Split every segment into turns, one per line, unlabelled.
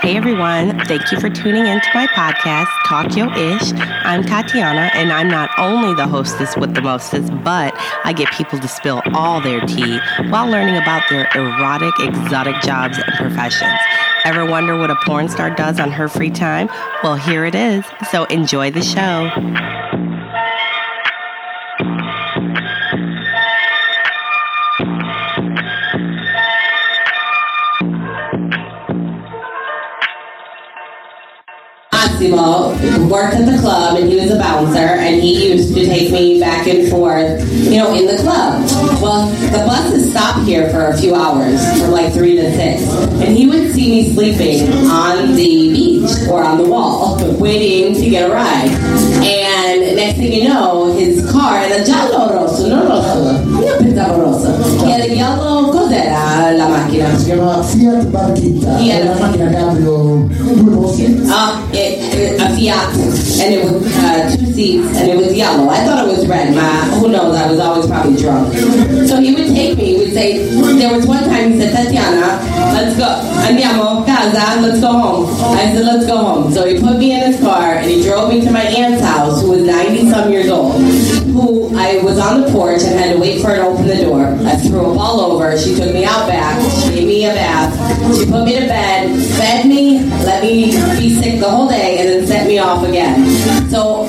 Hey everyone, thank you for tuning in to my podcast, Talk Yo Ish. I'm Tatiana, and I'm not only the hostess with the mostest, but I get people to spill all their tea while learning about their erotic, exotic jobs and professions. Ever wonder what a porn star does on her free time? Well, here it is. So enjoy the show.
Maximo worked at the club and he was a bouncer and he used to take me back and forth, you know, in the club. Well, the buses stopped here for a few hours, from like three to six. And he would see me sleeping on the beach or on the wall, waiting to get a ride. And next thing you know, his car era già rosso, non rosso. Io pensavo rosso. Era yellow, cos'era la macchina?
Si chiama Fiat Barchetta,
Fiat.
è una macchina cabrio due posti.
Uh, it, it- a Fiat, and it was uh, two seats, and it was yellow. I thought it was red. My, who knows? I was always probably drunk. So he would take me. He would say, there was one time he said, Tatiana, let's go. Andiamo casa. Let's go home. I said, let's go home. So he put me in his car, and he drove me to my aunt's house, who was 90 some years old. Who I was on the porch and had to wait for her to open the door. I threw up all over. She took me out back. She gave me a bath. She put me to bed, fed me, let me be sick the whole day, and then sent me off again. So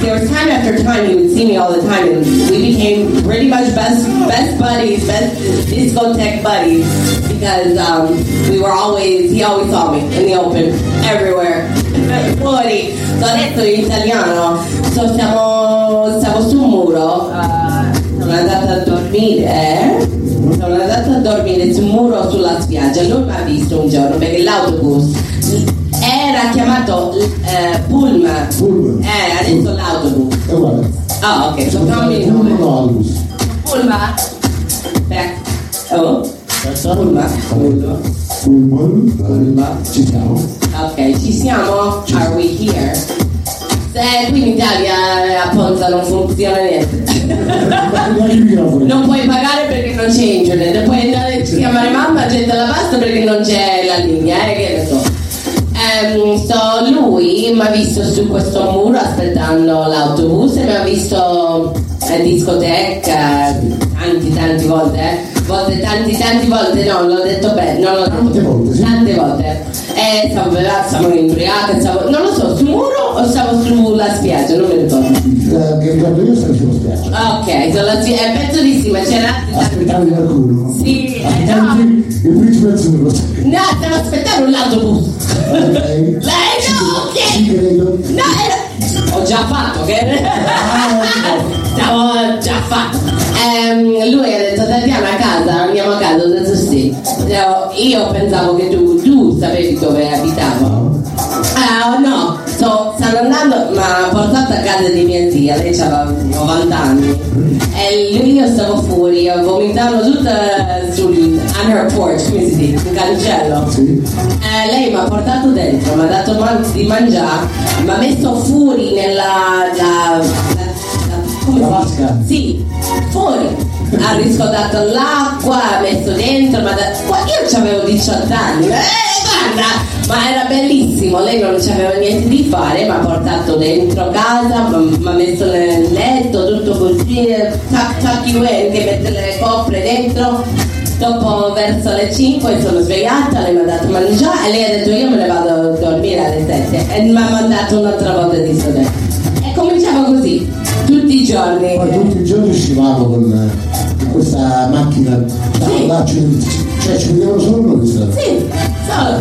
there was time after time he would see me all the time, and we became pretty much best best buddies, best discotheque buddies, because um, we were always he always saw me in the open, everywhere, Eh, fuori. So adesso in italiano, so siamo siamo su un muro. uh, sono andata a dormire, sono andata a dormire su un muro sulla spiaggia, lui mi ha visto un giorno perché l'autobus era chiamato eh, Pullman,
Pullman.
eh, adesso l'autobus,
È uguale.
ah ok, so
Uno
cambi il nome,
no, Albus.
Pullman, beh, oh, Pullman, Pullman,
Pullman. Pullman. Ci siamo.
ok, ci siamo, are we here? Se qui in Italia a Ponza non funziona niente.
Neanche i microfoni.
Non puoi pagare perché non c'è internet, puoi andare a chiamare mamma, getta la pasta perché non c'è la linea, eh, che ne so. Ehm, so lui mi ha visto su questo muro aspettando l'autobus e mi ha visto a discoteca tanti tanti volte, eh. volte tanti tanti volte, no, l'ho detto bene, non l'ho detto
Tante volte, sì.
tante volte. E stavo bevendo, stavo imbriata, stavo, non lo so, sul muro o stavo sulla spiaggia, non mi ricordo.
Eh, Che ricordo io stavo sulla spiaggia.
Ok, sulla spiaggia, è pezzolissima, c'era...
Aspettavi qualcuno.
Sì, eh, no.
Aspettavi il principe azzurro.
No, stavo aspettando un autobus.
Ok.
Lei no,
Ci
ok.
credo.
No, era- Ho già fatto, ok? Stavo già fatto. Ehm, lui ha detto Tatiana a casa, andiamo a casa, ho detto sì. Io- Io pensavo che tu, tu sapevi dove abitavo. Ah no, sto, stanno andando, ma portato a casa di mia zia, lei aveva 90 anni. E lui io stavo fuori, vomitavo tutta sul, on her porch, quindi un cancello.
Sì?
Eh, lei mi ha portato dentro, mi ha dato man- di mangiare, mi ha messo fuori nella... La, la- la- come
La
si-
vasca?
Sì, fuori. Ha riscaldato l'acqua, ha messo dentro, mi ha dato... qua- Io avevo 18 anni, eh, guarda! Ma era bellissimo, lei non c'aveva niente di fare, mi ha portato dentro casa, m- mi ha messo nel letto, tutto così, eh, tac tac i way, che mette le copre dentro. Dopo verso le 5 sono svegliata, lei mi ha dato a mangiare e lei ha detto io me ne vado a dormire alle 7 e mi ha mandato un'altra volta di sole. E cominciava così, tutti i giorni.
Poi tutti i giorni uscivamo con, eh, con questa macchina. da-
Sì.
da- ci- cioè ci vedevano solo noi questa.
Sì, solo.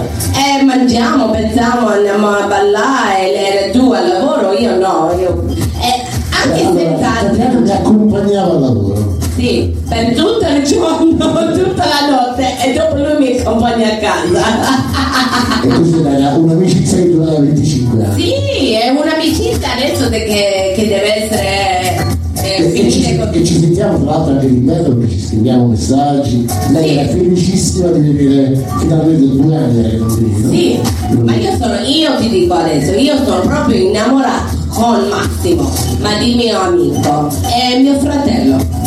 E mangiamo, pensiamo, andiamo a ballare, lei era tu al lavoro, io no. Io... E anche
Allora, Tatiana mi
senza...
accompagnava al lavoro.
Sì, per tutto il giorno, tutta la notte e dopo lui mi accompagna a casa.
E questa era un'amicizia che durava 25 anni.
Sì, è un'amicizia adesso de- che, che deve essere eh,
E ci,
finita con
e ci sentiamo tra l'altro anche d'inverno perché ci scriviamo messaggi. Lei
Sì.
era felicissima di venire finalmente due anni era che non veniva.
Sì, ma io sono, io ti dico adesso, io sono proprio innamorato con Massimo, ma di mio amico, è mio fratello.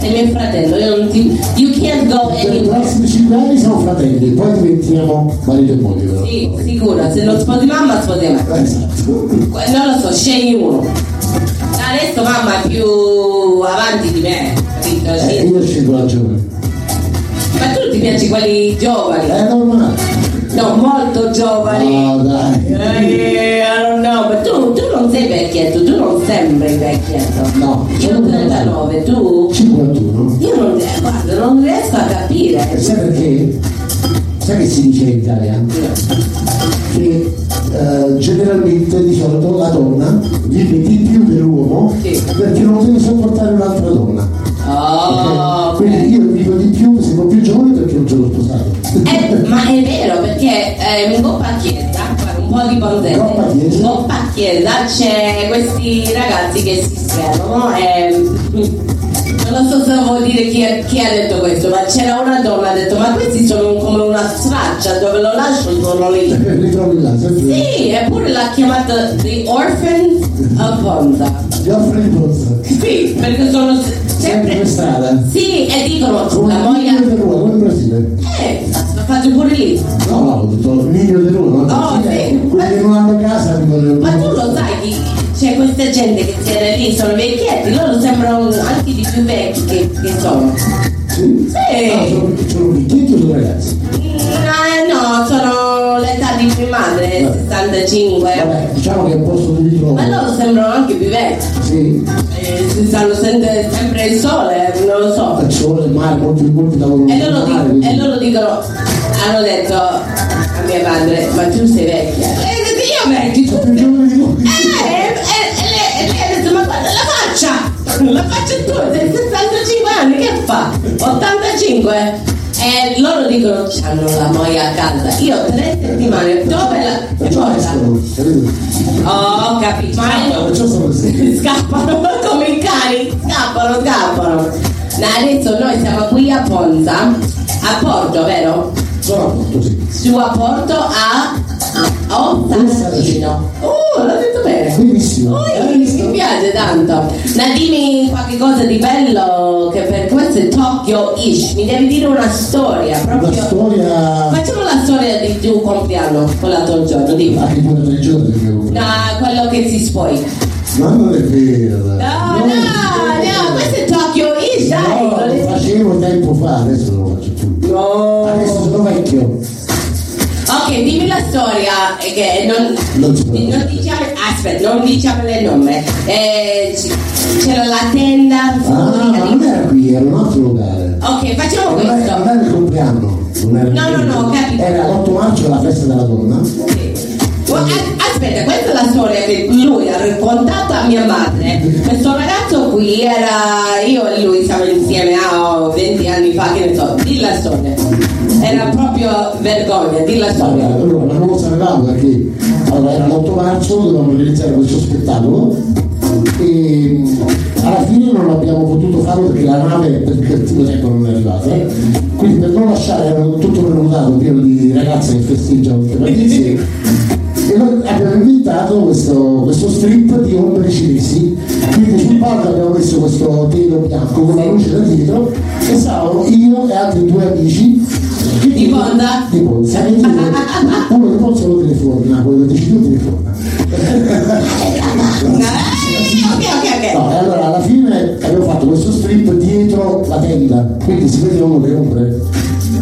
È mio fratello, io non ti. You can't go
Per i
anywhere.
prossimi 5 anni siamo fratelli, poi diventiamo marito e moglie. però.
Sì, sicuro, se non sposi mamma sposi me.
Esatto.
Que- Non lo so, scegli uno. Adesso mamma è più avanti di me, capito?
Eh,
Sì.
io scelgo la giovane.
Ma tu ti piaci quelli giovani?
È normale.
No, molto giovani.
Ah, dai.
Eh, I don't know, ma tu, tu non sei vecchietto, tu non sembri vecchietto.
No.
Io ho 39, tu?
51.
Io non, eh, guarda, non riesco a capire.
Sai perché? Sai che si dice in Italia? Che eh, generalmente di solito la donna vive di più dell'uomo
Sì.
perché non deve sopportare un'altra donna.
Oh,
Ok? Quindi
ok.
io vivo di più, sono più giovane perché non ce l'ho sposato.
Eh, ma è vero perché eh, in Coppa Chiesa, guarda, un po' di
Coppa
bonzette,
Chiesa?
in Coppa Chiesa c'è questi ragazzi che si schermano e... Non so se vuol dire chi, ha- chi ha detto questo, ma c'era una donna che ha detto ma questi sono come una sfaccia, dove lo lascio sono lì.
Ritrovi là, sempre.
Sì, eppure l'ha chiamata The Orphans of Bonza.
Gli offre il pozzo.
Sì, perché sono se-
Sempre
sempre...
per strada.
Sì, e dicono
Come
la
il
moglie...
nido del Roma, come in Brasile.
Eh, lo faccio pure lì.
No, no, ho detto il nido del Roma.
Oh, sì.
Quelli che non hanno casa mi vogliono.
Ma tu lo sai che c'è questa gente che c'era lì, sono vecchietti, loro sembrano anche di più vecchi che, che sono. Eh,
Sì. Ah,
Sì,
sono, sono vecchietti o sono ragazzi?
Eh, no, sono l'età di mia madre, 65.
Vabbè, diciamo che è un posto di ritrovo.
Ma loro sembrano anche più vecchi.
Sì,
Eh, si stanno sente- sempre il sole, non lo so.
al sole, il mare, molti molti lavorano
E loro,
al
dic-
mare,
e
quindi-
loro dicono, hanno detto a mia madre, ma tu sei vecchia. E lei ha detto, io vecchio,
Sono
tu
più
sei...
giovani di
E
voi.
lei, e- e lei- e lei ha detto, ma guarda la faccia! La faccia tua, sei 65 anni, che fa? 85? E loro dicono, hanno la moia a casa. Io ho tre settimane, dove la...
Perciò escono, capito?
Oh, ho capito. Ma io-
Perciò sono così.
scappano come i cani, scappano, scappano. No, adesso noi siamo qui a Ponza, a Porto, vero?
Sono a posto, sì.
Su a Porto a Ossarcino. Oh, l'ho detto bene.
Benissimo.
Poi mi piace tanto. Ma dimmi qualche cosa di bello che per questo è Tokyo Ish. Mi devi dire una storia
Una
proprio.
storia...
Facciamo la storia di tuo compleanno con l'altro giorno, dimmi.
Anche due o tre giorni Ah, che
Da
avevo preso.
quello che si spoica.
Ma non è vero. dai.
No, no,
Non è vero.
no, questo è Tokyo Ish, dai.
No, lo facevo tempo fa, adesso non lo faccio più.
No.
Adesso sono vecchio.
Ok, dimmi la storia eh, che non,
Non si può.
non diciamo, aspetta, non diciamo il nome. Eh, c- c'era la tenda.
Ah, ma non era qui, era un altro locale.
Ok, facciamo
Non era, non
questo.
era il compleanno. Non era il
No, no, no,
compleanno.
ho capito.
Era l'8 marzo la festa della donna.
Oh, a- Aspetta, questa è la storia che lui ha raccontato a mia madre. Questo ragazzo qui era. Io e lui siamo insieme a 20 anni fa, che ne so, di la storia. Era proprio vergogna, di la
Allora,
storia.
allora, non lo sapevamo perché allora, era l'8 marzo, dovevamo organizzare questo spettacolo e mm, Alla fine non abbiamo potuto farlo perché la nave per cattivo tempo non è arrivata. Quindi per non lasciare erano tutto prenotato pieno di ragazze che festeggiano tutte le sera. E noi abbiamo inventato questo, questo strip di ombre cinesi, quindi sul palco abbiamo messo questo telo bianco con la luce da dietro e stavano io e altri due amici che
Di Ponda?
di Ponza, che dicono, uno di Ponza lo telefona, quello che dici tu telefona.
Ok, ok, ok.
No, e allora alla fine abbiamo fatto questo strip dietro la tenda, quindi si vedevano le ombre.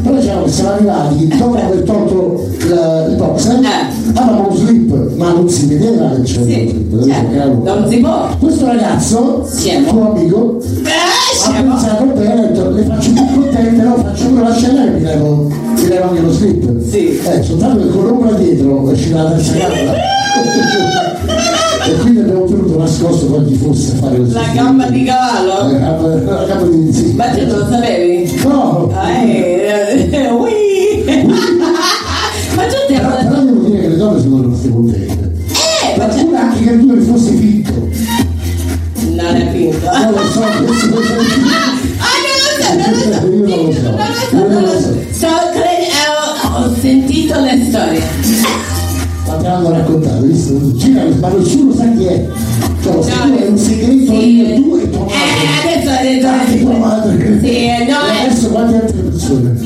Però diciamo che siamo arrivati, dopo aver tolto il, il boxer,
Eh.
avevamo un slip, ma non si vedeva cioè, che c'era
Sì,
un slip,
certo,
era un-
non si può.
Questo ragazzo,
Sì.
tuo amico,
Eh,
ha
scemo.
pensato bene, ha detto le faccio più contente, no, faccio una la scena e mi levo, mi levo anche lo slip.
Sì.
Eh, soltanto che con l'ombra dietro uscirà la terza gamba. e quindi abbiamo tenuto nascosto quanti fosse a fare così.
La gamba di cavallo?
La gamba, la gamba di sì.
Ma tu non lo sapevi?
No!
Ah. Eh, eh, ui. Ma tu ti
Però, però devo dire che le donne sono rimaste contente.
Eh, ma c'è...
Qualcuno anche che tu ne fossi finto.
Non è finto.
Non lo so, questo
Ah, ah, non lo so, non lo so.
Io non lo so.
Non lo so, non lo so. Sto cre- ho, ho sentito le storie.
Ma te l'hanno raccontato, visto? Gira, ma nessuno sa chi è. Cioè, lo sai, è un segreto
Sì.
di tu e tua madre.
Eh, adesso hai detto
Anche tua madre.
Sì, eh, no,
E adesso quante altre persone.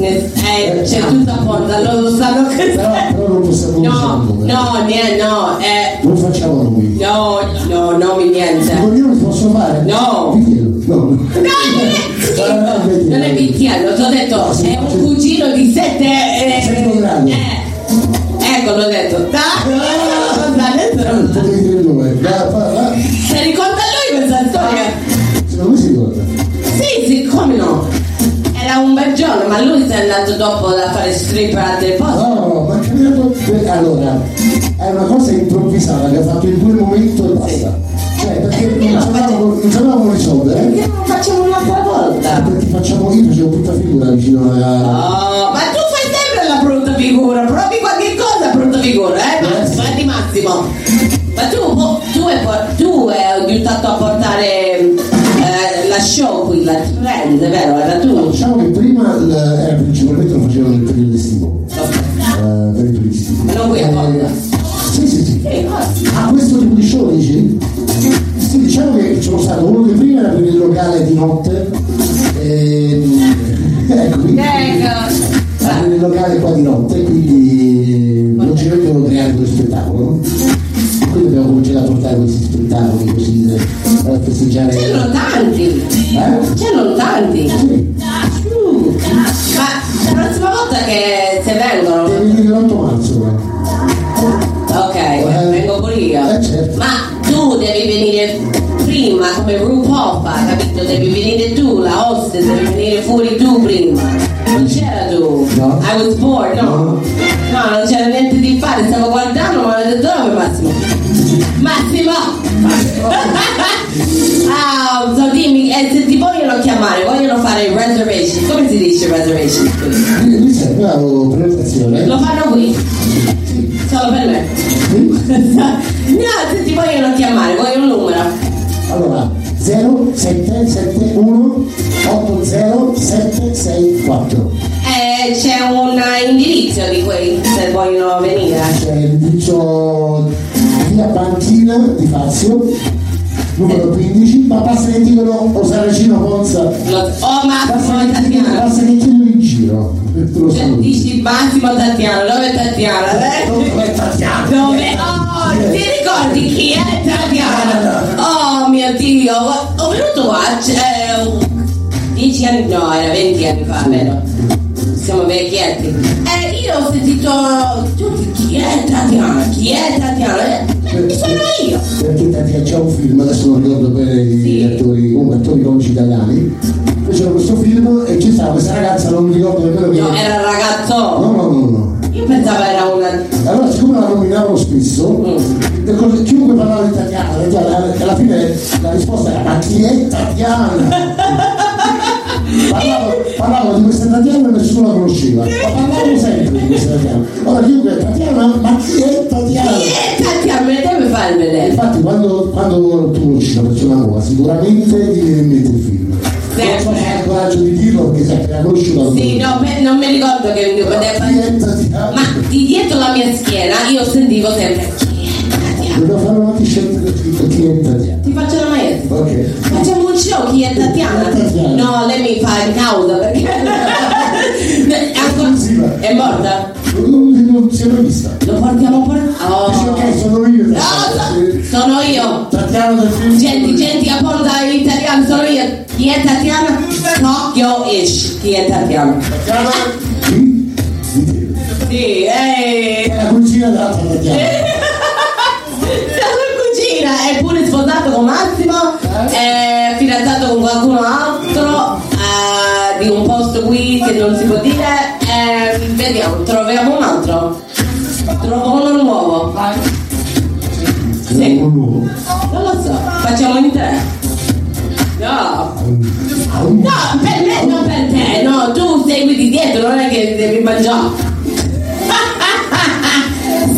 eh, eh, c'è tutta porta, loro sanno che
Però, però non possiamo non
No,
facciamo nome.
no, niente, no, eh,
Non facciamo nomi.
no, no, no, niente.
Non io li posso fare.
No.
Ditelo. No.
No, non è
Eh,
non è picchiano, ti ho detto, è un cugino di sette... Eh,
Sette gradi.
eh, ecco, l'ho detto. Dai, adesso
Potevi dire due. Va, va, va.
Se ricorda lui questa storia?
Secondo me si torna.
Sì, sì, come no? Era un bel giorno, ma lui si è andato dopo a fare stripper a del posto.
No, ma che bello- Beh, Allora, è una cosa improvvisata che ha fatto in quel momento e basta. Cioè, perché
Perché
non
no?
sapevamo non sapevamo risolvere.
Perché non lo facciamo un'altra volta?
Perché facciamo io facevo brutta figura vicino alla.
Oh, ma tu fai sempre la brutta figura, provi qualche cosa brutta figura, eh? Massimo, eh, di Massimo. Ma tu, po- tu, hai, por- tu hai aiutato a portare eh, la show qui, la trend, vero? Era tu?
Diciamo che prima l- era principalmente lo facevo nel periodo estivo. eh, per i turisti.
Ma non qui a
Eh,
Porta?
Sì, sì, sì.
Sì, cosa?
A questo tipo di show dici? Sì, diciamo che c'è stato uno che prima era per il locale di notte. ehm, ecco, quindi.
Ecco.
Era per il locale qua di notte, quindi non ci vedono creare questo spettacolo. Quindi abbiamo cominciato a portare questi spettacoli così eh, a festeggiare.
C'erano tanti,
Eh?
c'erano tanti.
Sì.
Mm. Ma la prossima volta che se vengono,
Devi dire l'8 marzo. però.
ok, vengo pure io.
Eh, certo.
Ma tu devi venire prima come RuPaul fa, capito? Devi venire tu, la hostess, devi venire fuori tu prima. Non c'era tu.
No.
I was bored, no. No, non c'era niente di fare, stavo guardando, ma ho detto dove Massimo? Massimo! ah, so dimmi, eh, se ti vogliono chiamare, vogliono fare reservation. Come si dice reservation? qui?
Quindi mi serve la prenotazione.
Lo fanno qui. Solo per me. no, se ti vogliono chiamare, voglio un numero.
Allora, 0771 80764.
Eh, c'è un indirizzo di quelli se vogliono venire.
C'è l'indirizzo via Panchina di Fazio, numero 15, ma basta che dicono o Saracino Ponza.
Lo- Oh
Basta
Massimo e
che chiedono,
Tatiana.
basta che chiedono in giro. Te lo
Cioè,
saluto.
dici Massimo e Tatiana, dove è Tatiana? Eh?
Dove è Tatiana?
Dove? Oh, ti ricordi chi è Tatiana? Oh mio Dio, ho ho venuto qua c'è un- 10 anni, no, era 20 anni fa, vero? Siamo vecchietti. Eh, io ho sentito tutti, chi è Tatiana? Chi è Tatiana? E sono io.
Perché tanti- c'è un film, adesso non ricordo bene gli
Sì.
attori, comunque attori comici italiani. Fecero questo film e ci stava questa ragazza, non mi ricordo nemmeno chi
No, eh.
era.
era ragazzo.
No, no, no, no.
Io pensavo era una.
Allora, siccome la nominavano spesso,
Mm.
le cose- chiunque parlava di Tatiana, cioè, alla, alla fine la risposta era ma chi è Tatiana? Parlavo, parlavo di questa Tatiana e nessuno la conosceva, ma parlavo sempre di questa Tatiana. Allora chiunque Tatiana, ma chi è Tatiana?
Chi è Tatiana? Me deve fare calme lei.
Infatti quando, quando tu conosci una persona nuova sicuramente ti viene in mente il film. Non so se hai
Sempre.
il coraggio di dirlo perché sei appena conosciuto.
certo. Sì, no, me- non mi ricordo che mi poteva Ma di dietro la mia schiena io sentivo sempre "Chi è Tatiana?"
Dobbiamo fare una t-shirt che ti è italiana.
Ti faccio la maestra.
Ok.
Facciamo un show chi è Tatiana? No, lei mi fa in causa perché Ne- ancora- è morta.
Non, non si è mai vista.
Lo portiamo per.
Dice,
Oh.
ok, sono io.
No, so- sono io.
Trattiamo del film.
Gente, gente, a porta in italiano, sono io. Chi è Tatiana? Tokyo ish. Chi è Tatiana?
Trattiamo del film.
Sì, eh. ehi.
È la cucina della Tatiana.
Sono cugina, è pure sposato con Massimo, è fidanzato con qualcuno altro, eh, di un posto qui che non si può dire. eh, vediamo, troviamo un altro. Trovo uno nuovo. Sì.
Un uomo.
Non lo so, facciamo in tre. No.
Ha un
No, per me, non per te, no, tu segui di dietro, non è che devi mangiare.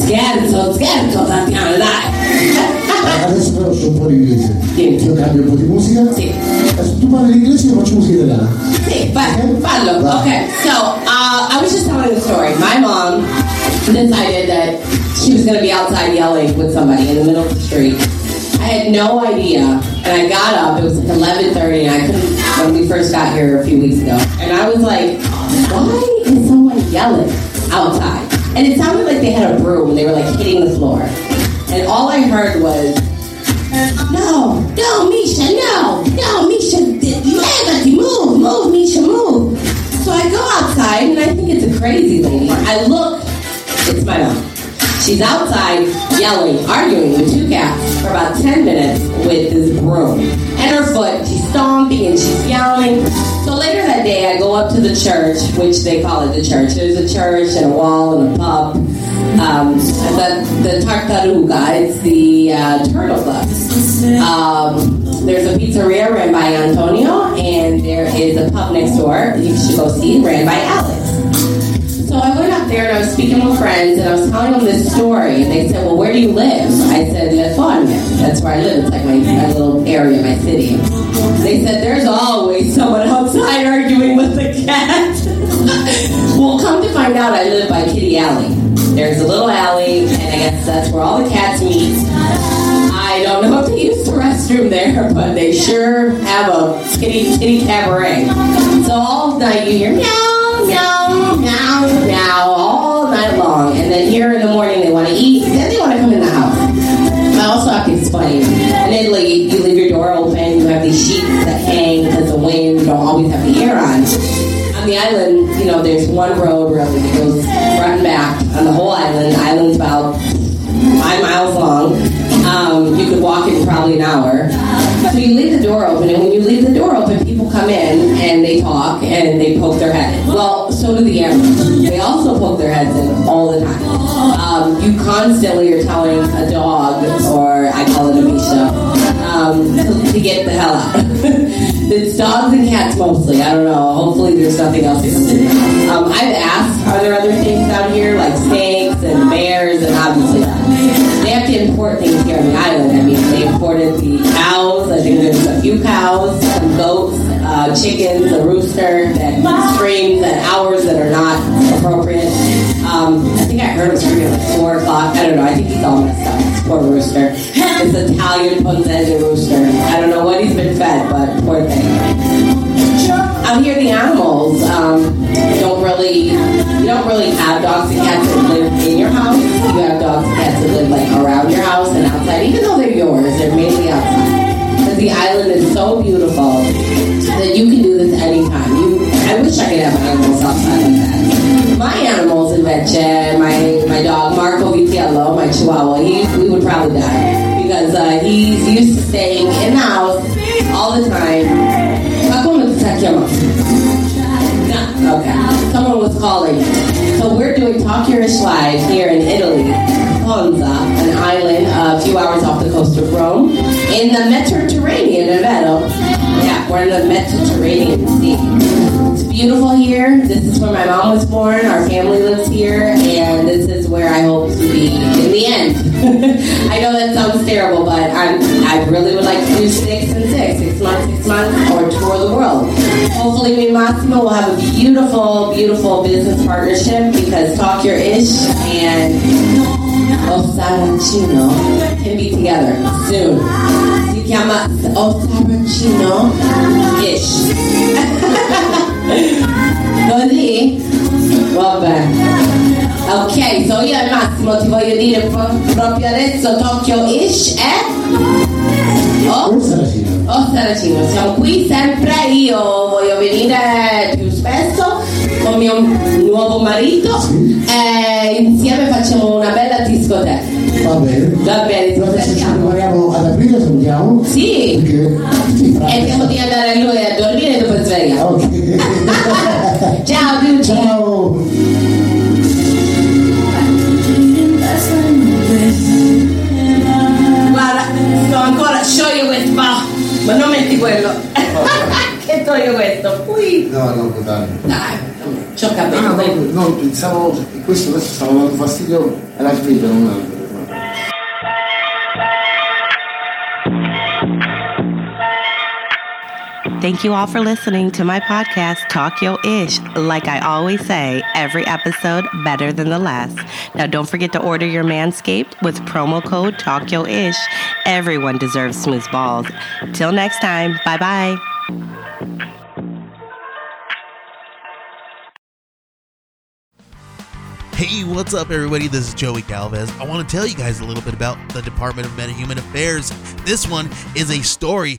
scherzo, scherzo, Tatiana, dai.
Adesso però sono un po' di inglese.
Sì.
Io cambio un po' di musica.
Sì.
Adesso tu parli inglese e faccio musica italiana.
Hey, but follow. Okay, so uh, I was just telling the story. My mom decided that she was going to be outside yelling with somebody in the middle of the street. I had no idea, and I got up. It was like eleven thirty, and I couldn't. When we first got here a few weeks ago, and I was like, "Why is someone yelling outside?" And it sounded like they had a broom. and They were like hitting the floor, and all I heard was. No, no, Misha, no, no, Misha, Liberty, move, move, Misha, move. So I go outside and I think it's a crazy lady. I look, it's my mom. She's outside yelling, arguing with two cats for about 10 minutes with this broom. And her foot, she's stomping and she's yelling. So later that day, I go up to the church, which they call it the church. There's a church and a wall and a pub um, the, the tartaruga. It's the uh, turtle club. Um, there's a pizzeria ran by Antonio, and there is a pub next door you should go see, ran by Alex. So I went up there and I was speaking with friends and I was telling them this story. And they said, Well, where do you live? I said, Lefon. That's where I live. It's like my, my little area, my city. They said, There's always someone outside arguing with the cat. well, come to find out, I live by Kitty Alley. There's a little alley, and I guess that's where all the cats meet. I don't know if they use the restroom there, but they sure have a kitty kitty cabaret. So all night you hear meow, meow, meow, meow all night long, and then here in the morning they want to eat, then they want to come in the house. I also have to explain. In Italy, you leave your door open, you have these sheets that hang because the wind, you don't always have the air on on the island, you know, there's one road really that goes front and back on the whole island. The island's about five miles long. Um, you could walk in probably an hour. So you leave the door open, and when you leave the door open, people come in and they talk and they poke their head. in. Well, so do the animals. They also poke their heads in all the time. Um, you constantly are telling a dog, or I call it a Misha, um, to get the hell out. it's dogs and cats mostly. I don't know. Hopefully, there's nothing else. that comes in. Um, I've asked, are there other things out here like snakes and bears and obviously not. they have to import things here on the island. I mean, they imported the cows. I think there's a few cows, some goats, uh, chickens, a rooster that screams at hours that are not appropriate. Um, I think I heard him scream at like four o'clock. I don't know. I think he's all messed up. Poor rooster. This Italian Ponzese rooster. I don't know what he's been fed, but poor thing. Out here, the animals um, don't really. You don't really have dogs and cats that live in your house. You have dogs and cats that live like around your house and outside. Even though they're yours, they're mainly outside. Because the island is so beautiful that you can do this anytime. You, I wish I could have animals outside like that. My animals in vet shed, my, my dog Marco Vitiello, my chihuahua, he, we would probably die because uh, he's used to staying in the house all the time. How come it's not your mom? No, Okay. Someone was calling. So we're doing Talk Yourish Live here in Italy, Ponza, an island a few hours off the coast of Rome, in the Mediterranean, in Veneto. Yeah, we're in the Mediterranean Sea. It's beautiful here. This is where my mom was born. Our family lives here, and this is where I hope to be in the the end. I know that sounds terrible, but I'm, I really would like to do six and six, six months, six months, or tour the world. Hopefully, me and Massimo will have a beautiful, beautiful business partnership because Talk Your Ish and Osarancino can be together soon. Si chiama Osarancino Ish. Così? Vabbè. Ok, so io e Massimo ti voglio dire pro- proprio adesso Tokyo Ish è... Oh,
Questa è la fine.
oh Saracino, siamo qui sempre, io voglio venire più spesso con mio nuovo marito e insieme facciamo una bella discoteca.
Va bene.
Va bene, ti
Però adesso ci
aspettiamo.
prepariamo ad aprile, salutiamo.
Sì,
Perché... Sì, fra-
e devo Eh, di andare a lui a dormire e dopo svegliamo.
Ok.
Ciao, Biucci!
Ciao.
Guarda, sto ancora, sciogli questo, va. ma non metti quello.
Oh.
che tolgo questo. Ui.
No, no, dai.
Dai, ci ho
Ah,
capito.
no,
dai.
no, pensavo che questo adesso stava dando fastidio alla figlia, non altro.
Thank you all for listening to my podcast, Talk Yo Ish. Like I always say, every episode better than the last. Now, don't forget to order your Manscaped with promo code Talk Yo Ish. Everyone deserves smooth balls. Till next time, bye bye.
Hey, what's up, everybody? This is Joey Galvez. I want to tell you guys a little bit about the Department of Metahuman Affairs. This one is a story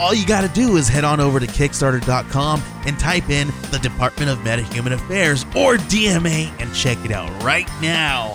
All you got to do is head on over to Kickstarter.com and type in the Department of Metahuman Affairs or DMA and check it out right now.